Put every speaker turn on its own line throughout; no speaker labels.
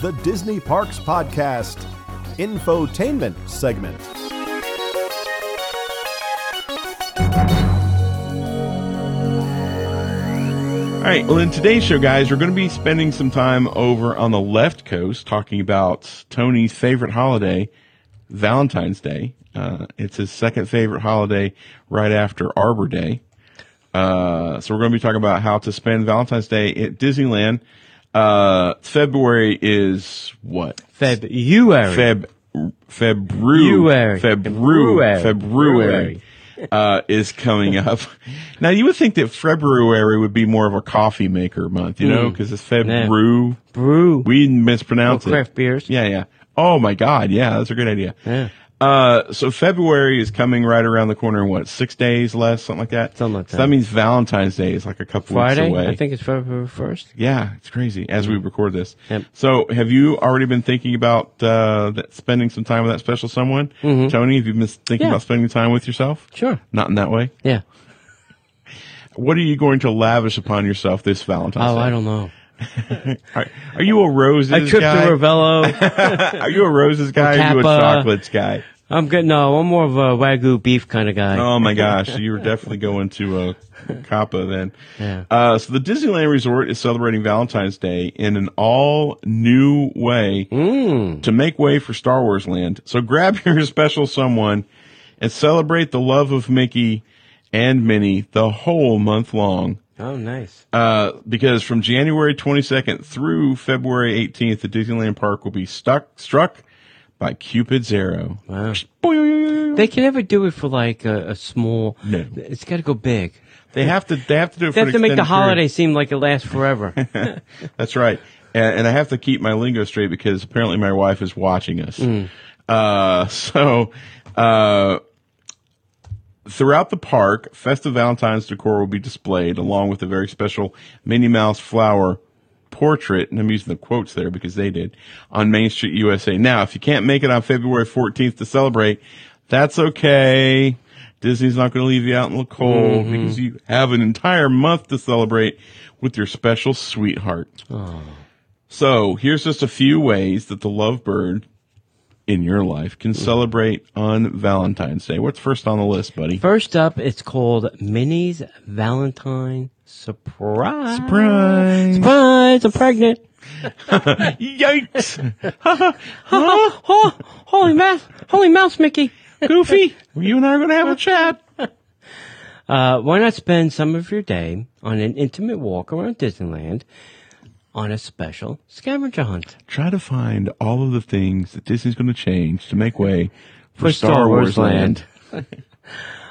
the Disney Parks Podcast Infotainment segment.
All right. Well, in today's show, guys, we're going to be spending some time over on the left coast talking about Tony's favorite holiday, Valentine's Day. Uh, it's his second favorite holiday right after Arbor Day. Uh, so we're going to be talking about how to spend Valentine's Day at Disneyland. Uh, February is what?
February.
Feb, February.
February.
February.
February.
February. Uh, is coming up. Now you would think that February would be more of a coffee maker month, you know, because it's February.
Mm. Brew.
We mispronounce
Or
it.
craft beers.
Yeah, yeah. Oh my God. Yeah, that's a good idea.
Yeah.
Uh, so February is coming right around the corner. in What, six days less, something like that.
Something like
So
that.
that means Valentine's Day is like a couple
Friday.
weeks away.
I think it's February first.
Yeah, it's crazy as we record this.
Mm-hmm. Yep.
So, have you already been thinking about uh, that, spending some time with that special someone? Tony, have you been thinking
Mm-hmm. Yeah.
about spending time with yourself?
Sure.
Not in that way.
Yeah.
What are you going to lavish upon yourself this Valentine's
Oh,
Day?
I don't know.
Are, are you a roses
I trip
guy?
to Ravello.
are you a roses guy? Or are you a
Kappa.
chocolates guy?
I'm good. No, I'm more of a wagyu beef kind of guy.
Oh my gosh, you were definitely going to uh, Coppa then.
Yeah.
Uh, so the Disneyland Resort is celebrating Valentine's Day in an all new way
Mm.
to make way for Star Wars Land. So grab your special someone and celebrate the love of Mickey and Minnie the whole month long.
Oh, nice.
Uh, because from January 22nd through February 18th, the Disneyland Park will be stuck struck by Cupid's arrow.
Wow. They can never do it for like a, a small.
No.
It's got to go big.
They have to. They have to do it.
They
for
have
an
to make
extended
the holiday
period.
seem like it lasts forever.
That's right. And, and I have to keep my lingo straight because apparently my wife is watching us. Uh, so, uh, throughout the park, festive Valentine's decor will be displayed along with a very special Minnie Mouse flower portrait. And I'm using the quotes there because they did on Main Street USA. Now, if you can't make it on February 14th to celebrate, that's okay. Disney's not going to leave you out in the cold because you have an entire month to celebrate with your special sweetheart. So here's just a few ways that the lovebird in your life can celebrate on Valentine's Day. What's first on the list, buddy?
First up, it's called Minnie's Valentine Surprise.
Surprise!
Surprise! I'm pregnant.
Yikes!
Oh, oh, holy mouse! Holy mouse, Mickey!
Goofy, you and I are going to have a chat.
Uh, why not spend some of your day on an intimate walk around Disneyland on a special scavenger hunt?
Try to find all of the things that Disney's going to change to make way for,
For
Star,
Star
Wars,
Wars
Land.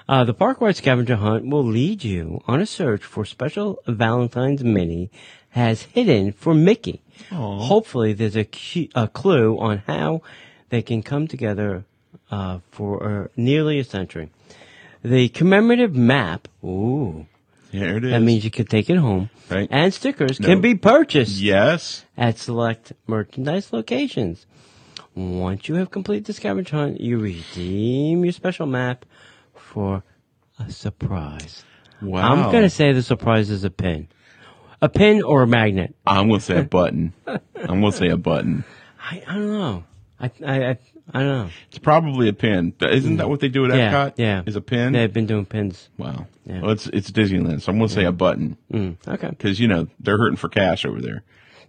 Uh, the park-wide scavenger hunt will lead you on a search for special Valentine's Minnie has hidden for Mickey. Hopefully, there's a, cu- a clue on how they can come together uh, for uh, nearly a century. The commemorative map, ooh,
There it is.
that means you can take it home,
Right.
and stickers
No.
can be purchased.
yes.
at select merchandise locations. Once you have completed the scavenger hunt, you redeem your special map for a surprise.
Wow.
I'm gonna say the surprise is a pin, a pin or a magnet.
I'm going to say a button. I'm going to say a button.
I, I don't know. I I I, I don't know.
It's probably a pin. Isn't that what they do at
Yeah,
Epcot?
yeah.
Is a pin?
They've been doing pins.
Wow.
Yeah.
Well, it's it's Disneyland, so I'm going to say a button
Mm, okay.
because you know they're hurting for cash over there.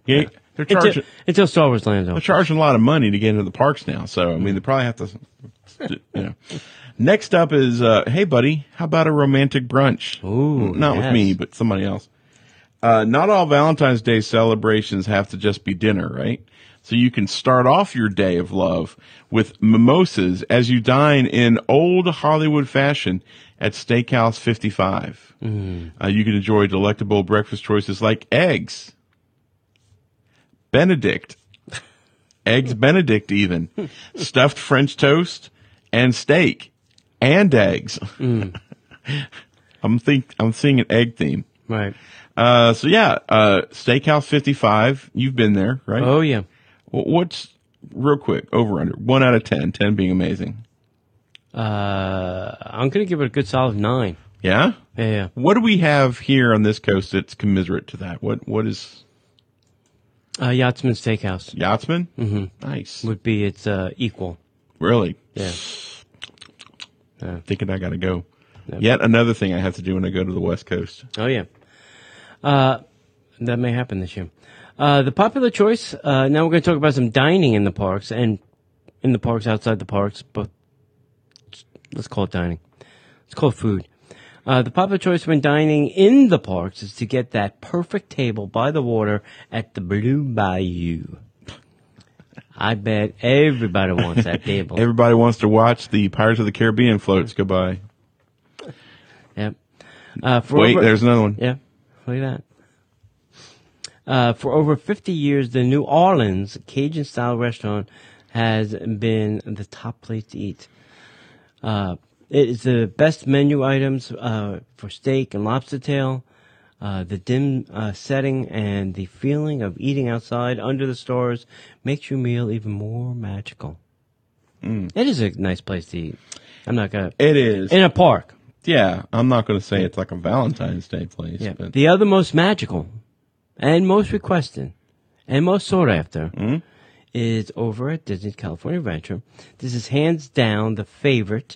Yeah, they're charging
Until, until Star Wars Land
they're
opens.
charging a lot of money to get into the parks now. So I mean, they probably have to. You know. Next up is uh, hey buddy, how about a romantic brunch?
Ooh,
not with
yes.
me, but somebody else. Uh, not all Valentine's Day celebrations have to just be dinner, right? So you can start off your day of love with mimosas as you dine in old Hollywood fashion at Steakhouse 55.
Mm.
Uh, you can enjoy delectable breakfast choices like eggs, Benedict, eggs Benedict, even stuffed French toast and steak and eggs. I'm think I'm seeing an egg theme.
Right.
Uh, so yeah, uh, Steakhouse 55. You've been there, right?
Oh yeah.
Wh- What's real quick over under one out of 10, 10 being amazing.
Uh, I'm gonna give it a good solid nine.
Yeah.
Yeah. yeah.
What do we have here on this coast that's commiserate to that? What What is
Uh, Yachtsman Steakhouse
Yachtsman? Mm-hmm. Nice.
would be its uh, equal.
Really?
Yeah.
Thinking I got to go. Yet another thing I have to do when I go to the West Coast.
Oh yeah. Uh, that may happen this year. Uh, the popular choice. Uh, now we're going to talk about some dining in the parks and in the parks outside the parks, but let's call it dining. Let's call it food. Uh, the popular choice when dining in the parks is to get that perfect table by the water at the Blue Bayou. I bet everybody wants that table.
Everybody wants to watch the Pirates of the Caribbean floats go by.
Yep. Uh, for
Wait,
over-
there's another one.
Yeah, look at that. Uh, for over 50 years, the New Orleans Cajun style restaurant has been the top place to eat. Uh, it is the best menu items uh, for steak and lobster tail, uh, the dim uh, setting, and the feeling of eating outside under the stars makes your meal even more magical. It is a nice place to eat. I'm not gonna
It is.
in a park.
yeah, I'm not going to say it's like a Valentine's Day place,
Yeah.
but
The other most magical and most requested and most sought after is over at Disney California Adventure. This is hands down the favorite.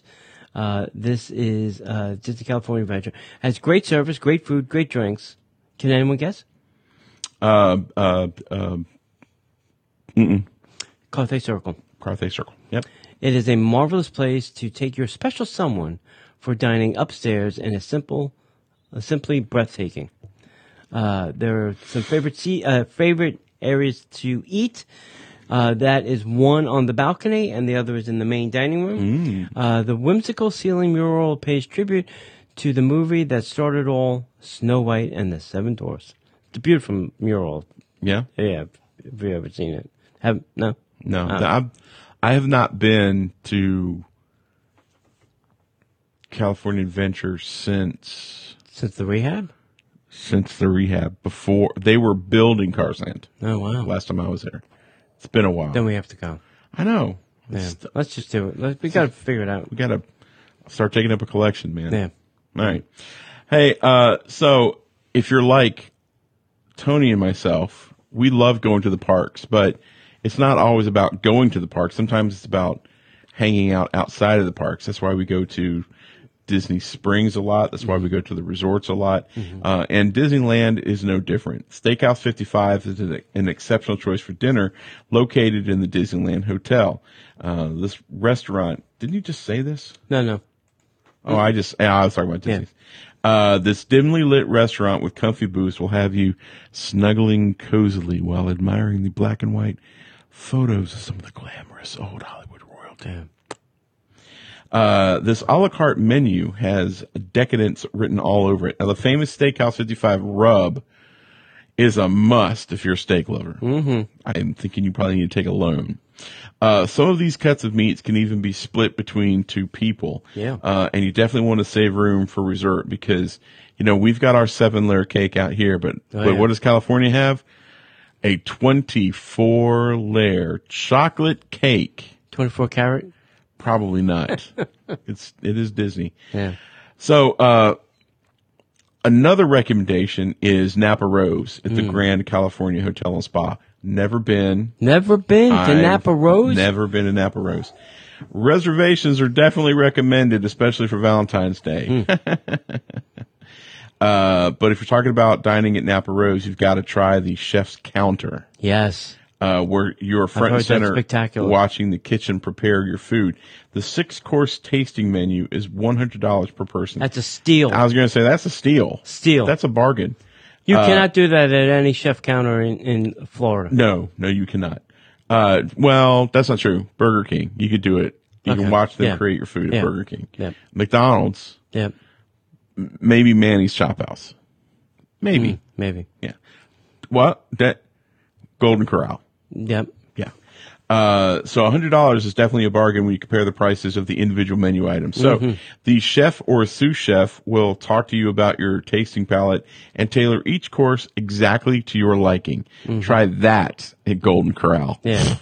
Uh, this is uh, Disney California Adventure. Has great service, great food, great drinks. Can anyone guess?
uh, uh, uh,
Carthay Circle.
Carthay Circle. Yep.
It is a marvelous place to take your special someone for dining upstairs and is simple, uh, simply breathtaking. Uh, there are some favorite sea, uh, favorite areas to eat. Uh, that is one on the balcony, and the other is in the main dining room. Uh, the whimsical ceiling mural pays tribute to the movie that started all Snow White and the Seven Dwarfs. It's a beautiful mural.
Yeah.
Yeah, have you ever seen it? Have no?
No, I've, I have not been to California Adventure since
Since the rehab?
since the rehab. Before they were building Carsland
Oh wow!
last time I was there. It's been a while.
Then we have to go.
I know.
Yeah.
It's-
Let's just do it. Let's, we got to figure it out.
We gotta start taking up a collection, man.
Yeah.
All right. Hey, uh, so if you're like Tony and myself, we love going to the parks, but it's not always about going to the park. Sometimes it's about hanging out outside of the parks. That's why we go to Disney Springs a lot. That's why we go to the resorts a lot. Uh, and Disneyland is no different. Steakhouse 55 is an, an exceptional choice for dinner located in the Disneyland Hotel. Uh, this restaurant, didn't you just say this?
No, no.
Oh, I just yeah, I was talking about Disney. Uh, this dimly lit restaurant with comfy booths will have you snuggling cozily while admiring the black and white photos of some of the glamorous old Hollywood royalty. Uh, this a la carte menu has decadence written all over it. Now, the famous Steakhouse 55 rub is a must if you're a steak lover. Mm-hmm. I'm thinking you probably need to take a loan. Uh, some of these cuts of meats can even be split between two people.
Yeah.
Uh, and you definitely want to save room for dessert because, you know, we've got our seven layer cake out here, but, but
Oh, yeah.
what does California have? A 24 layer chocolate cake.
24 carat?
Probably not. it's, it is Disney.
Yeah.
So, uh, another recommendation is Napa Rose at
Hmm.
the Grand California Hotel and Spa. Never been.
Never been to
I've
Napa Rose?
Never been to Napa Rose. Reservations are definitely recommended, especially for Valentine's Day.
Hmm.
uh, but if you're talking about dining at Napa Rose, you've got to try the chef's counter
Yes.
uh, where you're front
heard
and
that's
center
spectacular.
watching the kitchen prepare your food. The six course tasting menu is $100 per person.
That's a steal.
I was going to say that's a steal.
Steal.
That's a bargain.
you
uh,
cannot do that at any chef counter in, in Florida.
No, no, you cannot. Uh, well, that's not true. Burger King, you could do it. You
Okay.
can watch them
Yeah.
create your food at
Yeah.
Burger King.
Yep.
McDonald's,
Yep.
maybe Manny's Chop House, maybe.
Hmm. Maybe.
Yeah. What that? Golden Corral.
Yep.
Yeah. Uh, so $100 is definitely a bargain when you compare the prices of the individual menu items. So the chef or sous chef will talk to you about your tasting palette and tailor each course exactly to your liking. Try that at Golden Corral.
Yeah.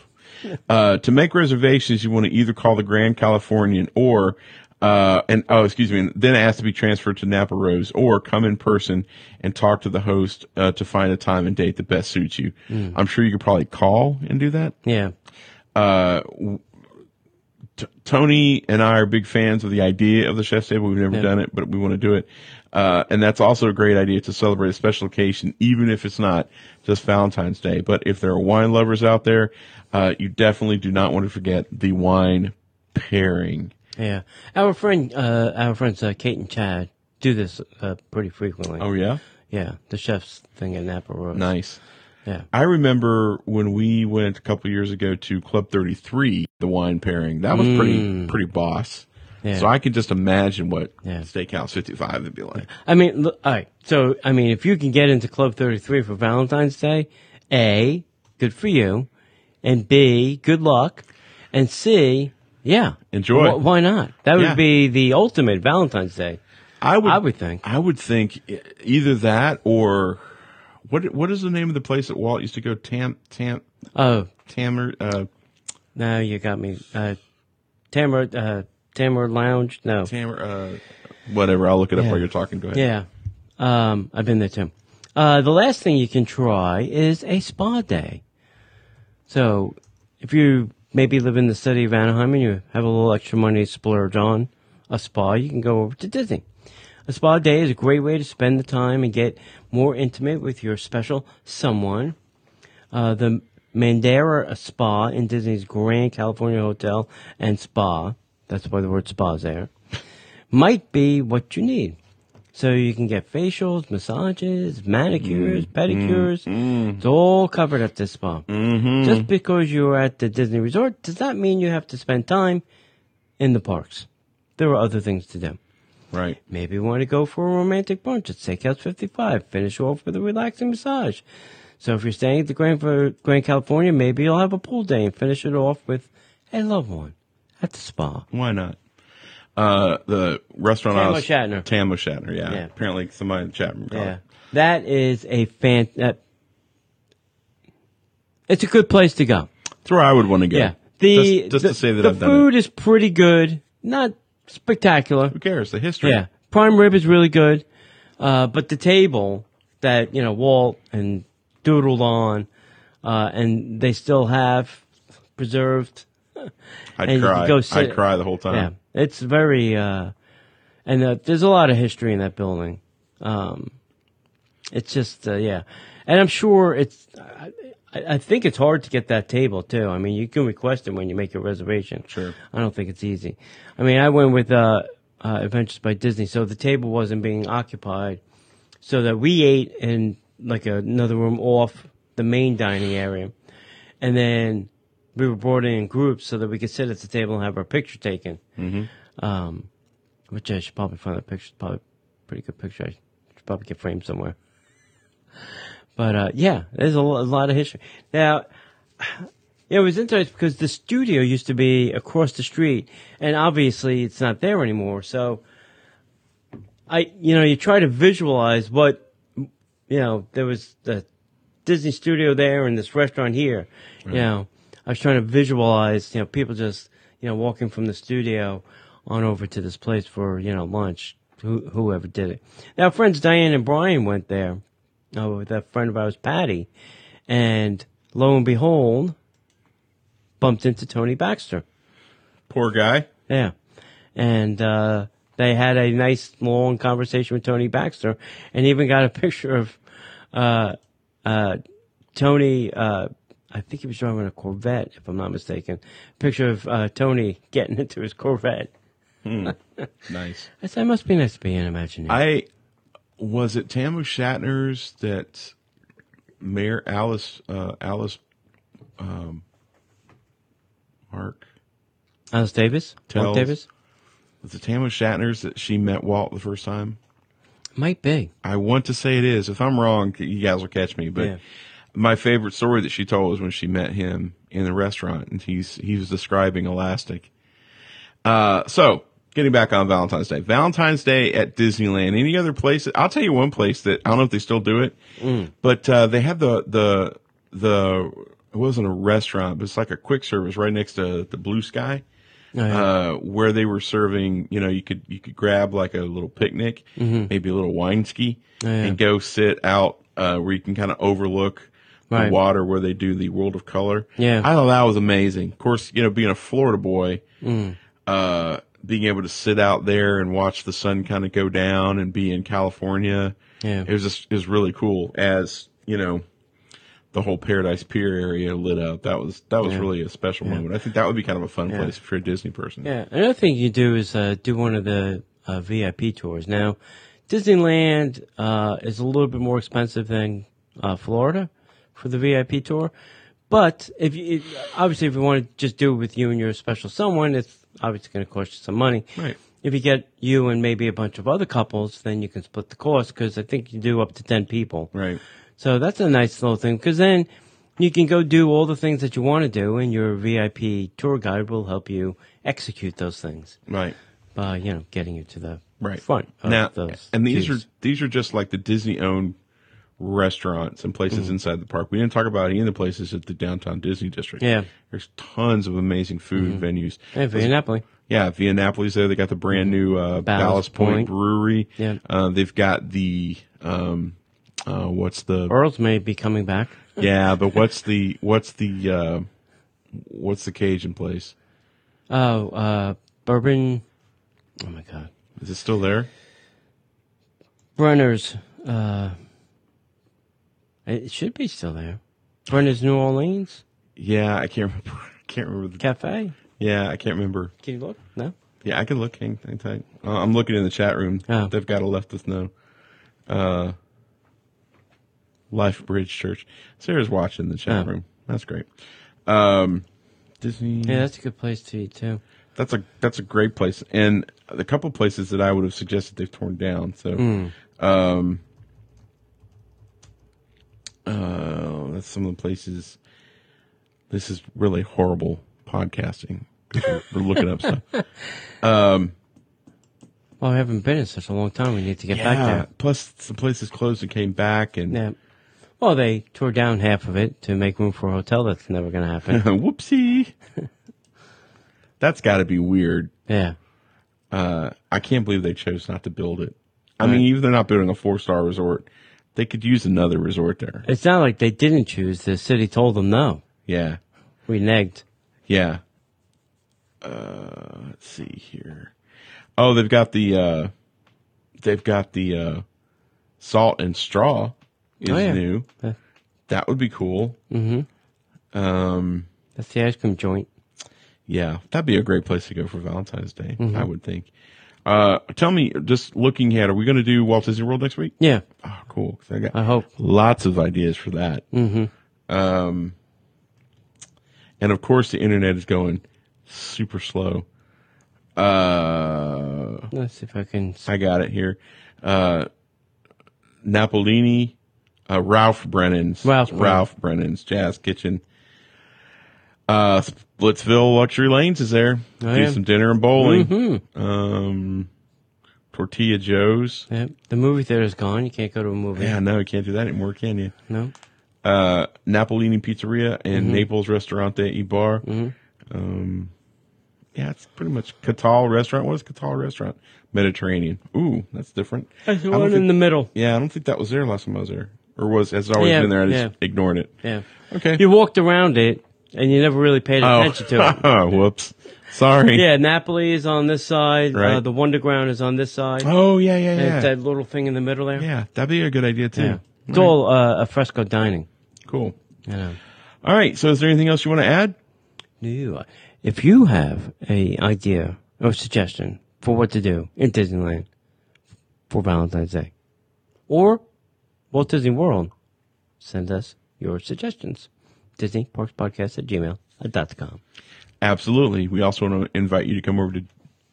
Uh, to make reservations, you want to either call the Grand Californian or uh, and oh, excuse me, and then ask to be transferred to Napa Rose or come in person and talk to the host uh, to find a time and date that best suits you. I'm sure you could probably call and do that.
Yeah.
Uh, Tony and I are big fans of the idea of the chef's table. We've never done it, but we want to do it. Uh, and that's also a great idea to celebrate a special occasion, even if it's not just Valentine's Day. But if there are wine lovers out there, uh, you definitely do not want to forget the wine pairing.
Yeah. Our friend, uh, our friends, uh, Kate and Chad do this, uh, pretty frequently.
Oh, yeah?
Yeah. The chef's thing at Napa Rose.
Nice.
Yeah.
I remember when we went a couple years ago to Club 33, the wine pairing. That was pretty, pretty boss.
Yeah.
So I can just imagine what
Yeah.
Steakhouse 55 would be like.
I mean, look, all right. So, I mean, if you can get into Club 33 for Valentine's Day, A, good for you. And B, good luck. And C, yeah.
Enjoy.
Wh- why not? That would
Yeah.
be the ultimate Valentine's Day.
I would,
I would think.
I would think e- either that or what what is the name of the place that Walt used to go tam tam
Oh,
tamer uh
now you got me. Uh, Tamar, uh, Tamar Lounge? No.
tamer uh whatever I'll look it up while you're talking. Go ahead.
Yeah. Um, I've been there too. Uh, the last thing you can try is a spa day. So if you maybe live in the city of Anaheim and you have a little extra money to splurge on a spa, you can go over to Disney. A spa day is a great way to spend the time and get more intimate with your special someone. Uh, the Mandara Spa in Disney's Grand California Hotel and Spa, that's why the word spa is there, might be what you need. So you can get facials, massages, manicures, pedicures. It's all covered at this spa. Mm-hmm. Just because you're at the Disney resort does not mean you have to spend time in the parks. There are other things to do.
Right.
Maybe you want to go for a romantic brunch at Steakhouse 55. Finish off with a relaxing massage. So if you're staying at the Grand, Grand California, maybe you'll have a pool day and finish it off with a loved one at the spa.
Why not? Uh the restaurant
Tam
I
O'
was-
Shatner.
Tam O' Shatner, yeah.
Yeah.
Apparently somebody in the chat room. called
Yeah,
it.
that is a fan. Uh, it's a good place to go.
That's where I would want to go.
Yeah, the
just, just
the,
to say that
the
I've done
food
it.
is pretty good, not spectacular.
Who cares? The history.
Yeah, prime rib is really good, uh, but the table that you know Walt and doodled on, uh, and they still have preserved.
I'd
And you
cry.
could go sit-
I'd cry the whole time.
Yeah, it's very, uh, and uh, there's a lot of history in that building. Um, it's just, uh, yeah, and I'm sure it's. I, I I think it's hard to get that table too. I mean, you can request it when you make your reservation.
Sure.
I don't think it's easy. I mean, I went with uh, uh, Adventures by Disney, so the table wasn't being occupied, so that we ate in like another room off the main dining area, and then we were brought in in groups so that we could sit at the table and have our picture taken. Mm-hmm. Um, which I should probably find that picture. It's Probably a pretty good picture. I should probably get framed somewhere. But uh, yeah, there's a, lo- a lot of history. Now, it was interesting because the studio used to be across the street, and obviously it's not there anymore. So, I, you know, you try to visualize what, you know, there was the Disney studio there and this restaurant here. You know, I was trying to visualize, you know, people just, you know, walking from the studio on over to this place for, you know, lunch, who, whoever did it. Now, friends Diane and Brian went there uh, with that friend of ours, Patty. And lo and behold, bumped into Tony Baxter.
Poor guy.
Yeah. And uh, they had a nice long conversation with Tony Baxter and even got a picture of uh, uh, Tony. Uh, I think he was driving a Corvette, if I'm not mistaken. Picture of uh, Tony getting into his Corvette.
Nice.
I said, it must be nice to be an Imagineer.
I was it Tamu Shatner's that Mayor Alice uh, Alice um, Mark
Alice Davis? Mark
Tells-
Davis?
was it Tamu Shatner's that she met Walt the first time?
Might be.
I want to say it is. If I'm wrong, you guys will catch me. But
Yeah.
my favorite story that she told was when she met him in the restaurant and he's he was describing elastic. Uh, so getting back on Valentine's Day, Valentine's Day at Disneyland. Any other place? I'll tell you one place that I don't know if they still do it, but uh, they have the the the it wasn't a restaurant, but it's like a quick service right next to the Blue Sky
Oh,
uh, where they were serving, you know, you could you could grab like a little picnic,
Mm-hmm.
maybe a little wine ski,
Oh,
and go sit out uh, where you can kind of overlook
Right.
the water where they do the World of Color.
Yeah.
I thought that was amazing. Of course, you know, being a Florida boy,
Mm.
uh, being able to sit out there and watch the sun kind of go down and be in California,
Yeah.
it was just it was really cool. As you know. The whole Paradise Pier area lit up. That was that was really a special moment. I think that would be kind of a fun place if you're a Disney person.
Yeah, another thing you do is uh, do one of the uh, VIP tours. Now, Disneyland uh, is a little bit more expensive than uh, Florida for the VIP tour, but if you it, obviously if you want to just do it with you and your special someone, it's obviously going to cost you some money.
Right.
If you get you and maybe a bunch of other couples, then you can split the cost because I think you do up to ten people.
Right.
So that's a nice little thing because then you can go do all the things that you want to do, and your VIP tour guide will help you execute those things
Right.
by you know getting you to the
Right.
front of
now,
those.
and these
views.
are these are just like the Disney owned restaurants and places
Mm-hmm.
inside the park. We didn't talk about any of the places at the downtown Disney district.
Yeah. Mm-hmm.
There's tons of amazing food venues.
hey, Napoli.
Yeah, Via Napoli's there. They got the brand new uh, Ballast Point,
Point.
Brewery.
Yeah.
Uh, they've got the um, uh, what's the
Earls may be coming back.
yeah, but what's the what's the uh, what's the Cajun place?
Oh, uh, bourbon. Oh my God,
Is it still there?
Brenner's. Uh, it should be still there. Brenner's New Orleans
Yeah, I can't remember. I can't remember. The,
Cafe.
yeah, I can't remember.
Can you look? No.
Yeah, I can look. Hang, hang tight. Uh, I'm looking in the chat room.
Oh.
They've got a left us know. Uh, Life Bridge Church. Sarah's watching the chat
Oh.
room. That's great. Um, Disney.
Yeah, that's a good place to eat too.
That's a that's a great place, and a couple places that I would have suggested they've torn down. So, um, uh, that's some of the places. This is really horrible podcasting. 'cause We're, we're looking up stuff.
Well, we haven't been in such a long time. We need to get back
Yeah.
there.
Plus, some places closed and came back, and
Yeah. Well, they tore down half of it to make room for a hotel. That's never going to happen.
whoopsie. That's got to be weird.
yeah.
Uh, I can't believe they chose not to build it. I mean, even they're not building a four star resort. They could use another resort there.
It's not like they didn't choose. The city told them no.
Yeah.
We negged.
Yeah. Uh, let's see here. Oh, they've got the, uh, they've got the, uh, salt and straw is
Oh, yeah.
new.
Yeah.
That would be cool.
That's the ice cream joint.
Yeah, that'd be a great place to go for Valentine's Day,
Mm-hmm.
I would think. Uh, tell me, just looking ahead, are we going to do Walt Disney World next week?
Yeah.
Oh, cool. 'cause I got
I hope.
lots of ideas for that. Mm-hmm. Um, and of course, the internet is going super slow. Uh,
Let's see if I can.
I got it here. Uh, Napolini, uh, Ralph Brennan's,
Ralph Brennan.
Ralph Brennan's Jazz Kitchen. Uh, Splitsville Luxury Lanes is there.
Oh,
Do
yeah. Mm-hmm.
some dinner and bowling. Um, Tortilla Joe's.
Yeah, the movie theater's gone. You can't go to a movie.
Yeah, no, you can't do that anymore, can you?
No.
Uh, Napolini Pizzeria and
Mm-hmm.
Naples Restaurante e Bar. Um, yeah, it's pretty much Catal Restaurant. What is Catal Restaurant? Mediterranean. Ooh, that's different.
There's
I don't
one
think-
in the middle.
yeah, I don't think that was there last time I was there. Or was has it always
Yeah,
been there? I just
yeah.
ignored it.
Yeah.
Okay.
You walked around it and you never really paid attention to it.
oh, whoops. Sorry.
Yeah, Napoli is on this side. Uh,
Right.
the Wonderground is on this side.
Oh yeah, yeah,
And
yeah.
That little thing in the middle there.
yeah, that'd be a good idea too.
Yeah. It's all uh, a fresco dining.
Cool.
You know.
All right. So, is there anything else you want to add?
new. If you have a idea or suggestion for what to do in Disneyland for Valentine's Day or Walt Disney World, send us your suggestions. Disney Parks Podcast at gmail.com.
Absolutely. We also want to invite you to come over to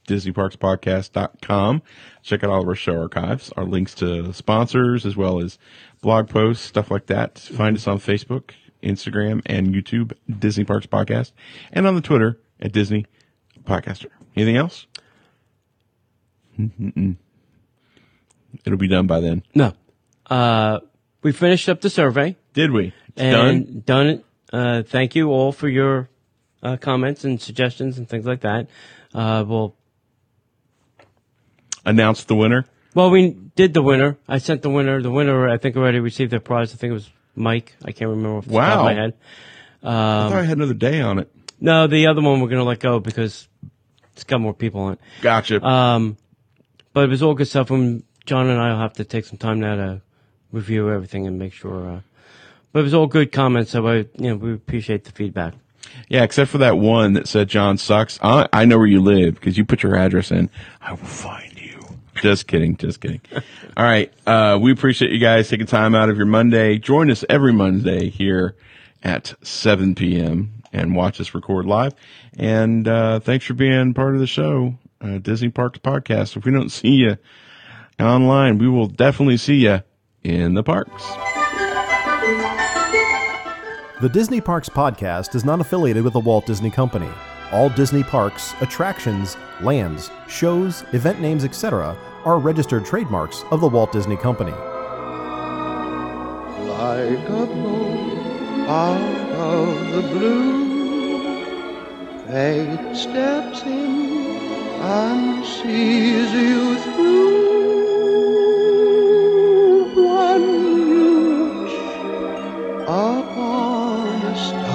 DisneyParksPodcast.com. Check out all of our show archives, our links to sponsors, as well as blog posts, stuff like that. Find us on Facebook, Instagram, and YouTube, Disney Parks Podcast, and on the Twitter at Disney Podcaster. Anything else? Mm-mm-mm. It'll be done by then.
No. Uh, we finished up the survey
Did we? It's done.
and done it. Uh, thank you all for your uh, comments and suggestions and things like that. Uh, well,
Announced the winner.
well, we did the winner. I sent the winner. The winner, I think, already received their prize. I think it was Mike. I can't remember off the top of
Wow.
my head.
I thought I had another day on it.
No, the other one we're going to let go because it's got more people on it.
Gotcha.
But it was all good stuff. And John and I will have to take some time now to review everything and make sure. Uh, but it was all good comments. So I, you know, we appreciate the feedback.
yeah, except for that one that said John sucks. I, I know where you live because you put your address in. I will find you. Just kidding. Just kidding. All right. Uh, we appreciate you guys taking time out of your Monday. Join us every Monday here at 7 p.m. and watch us record live. And uh, thanks for being part of the show, uh, Disney Parks Podcast. If we don't see you online, we will definitely see you in the parks.
The Disney Parks Podcast is not affiliated with the Walt Disney Company. All Disney parks, attractions, lands, shows, event names, etc., are registered trademarks of the Walt Disney Company.
like a bolt out of the blue. Fate steps in and sees you through. One you upon a star.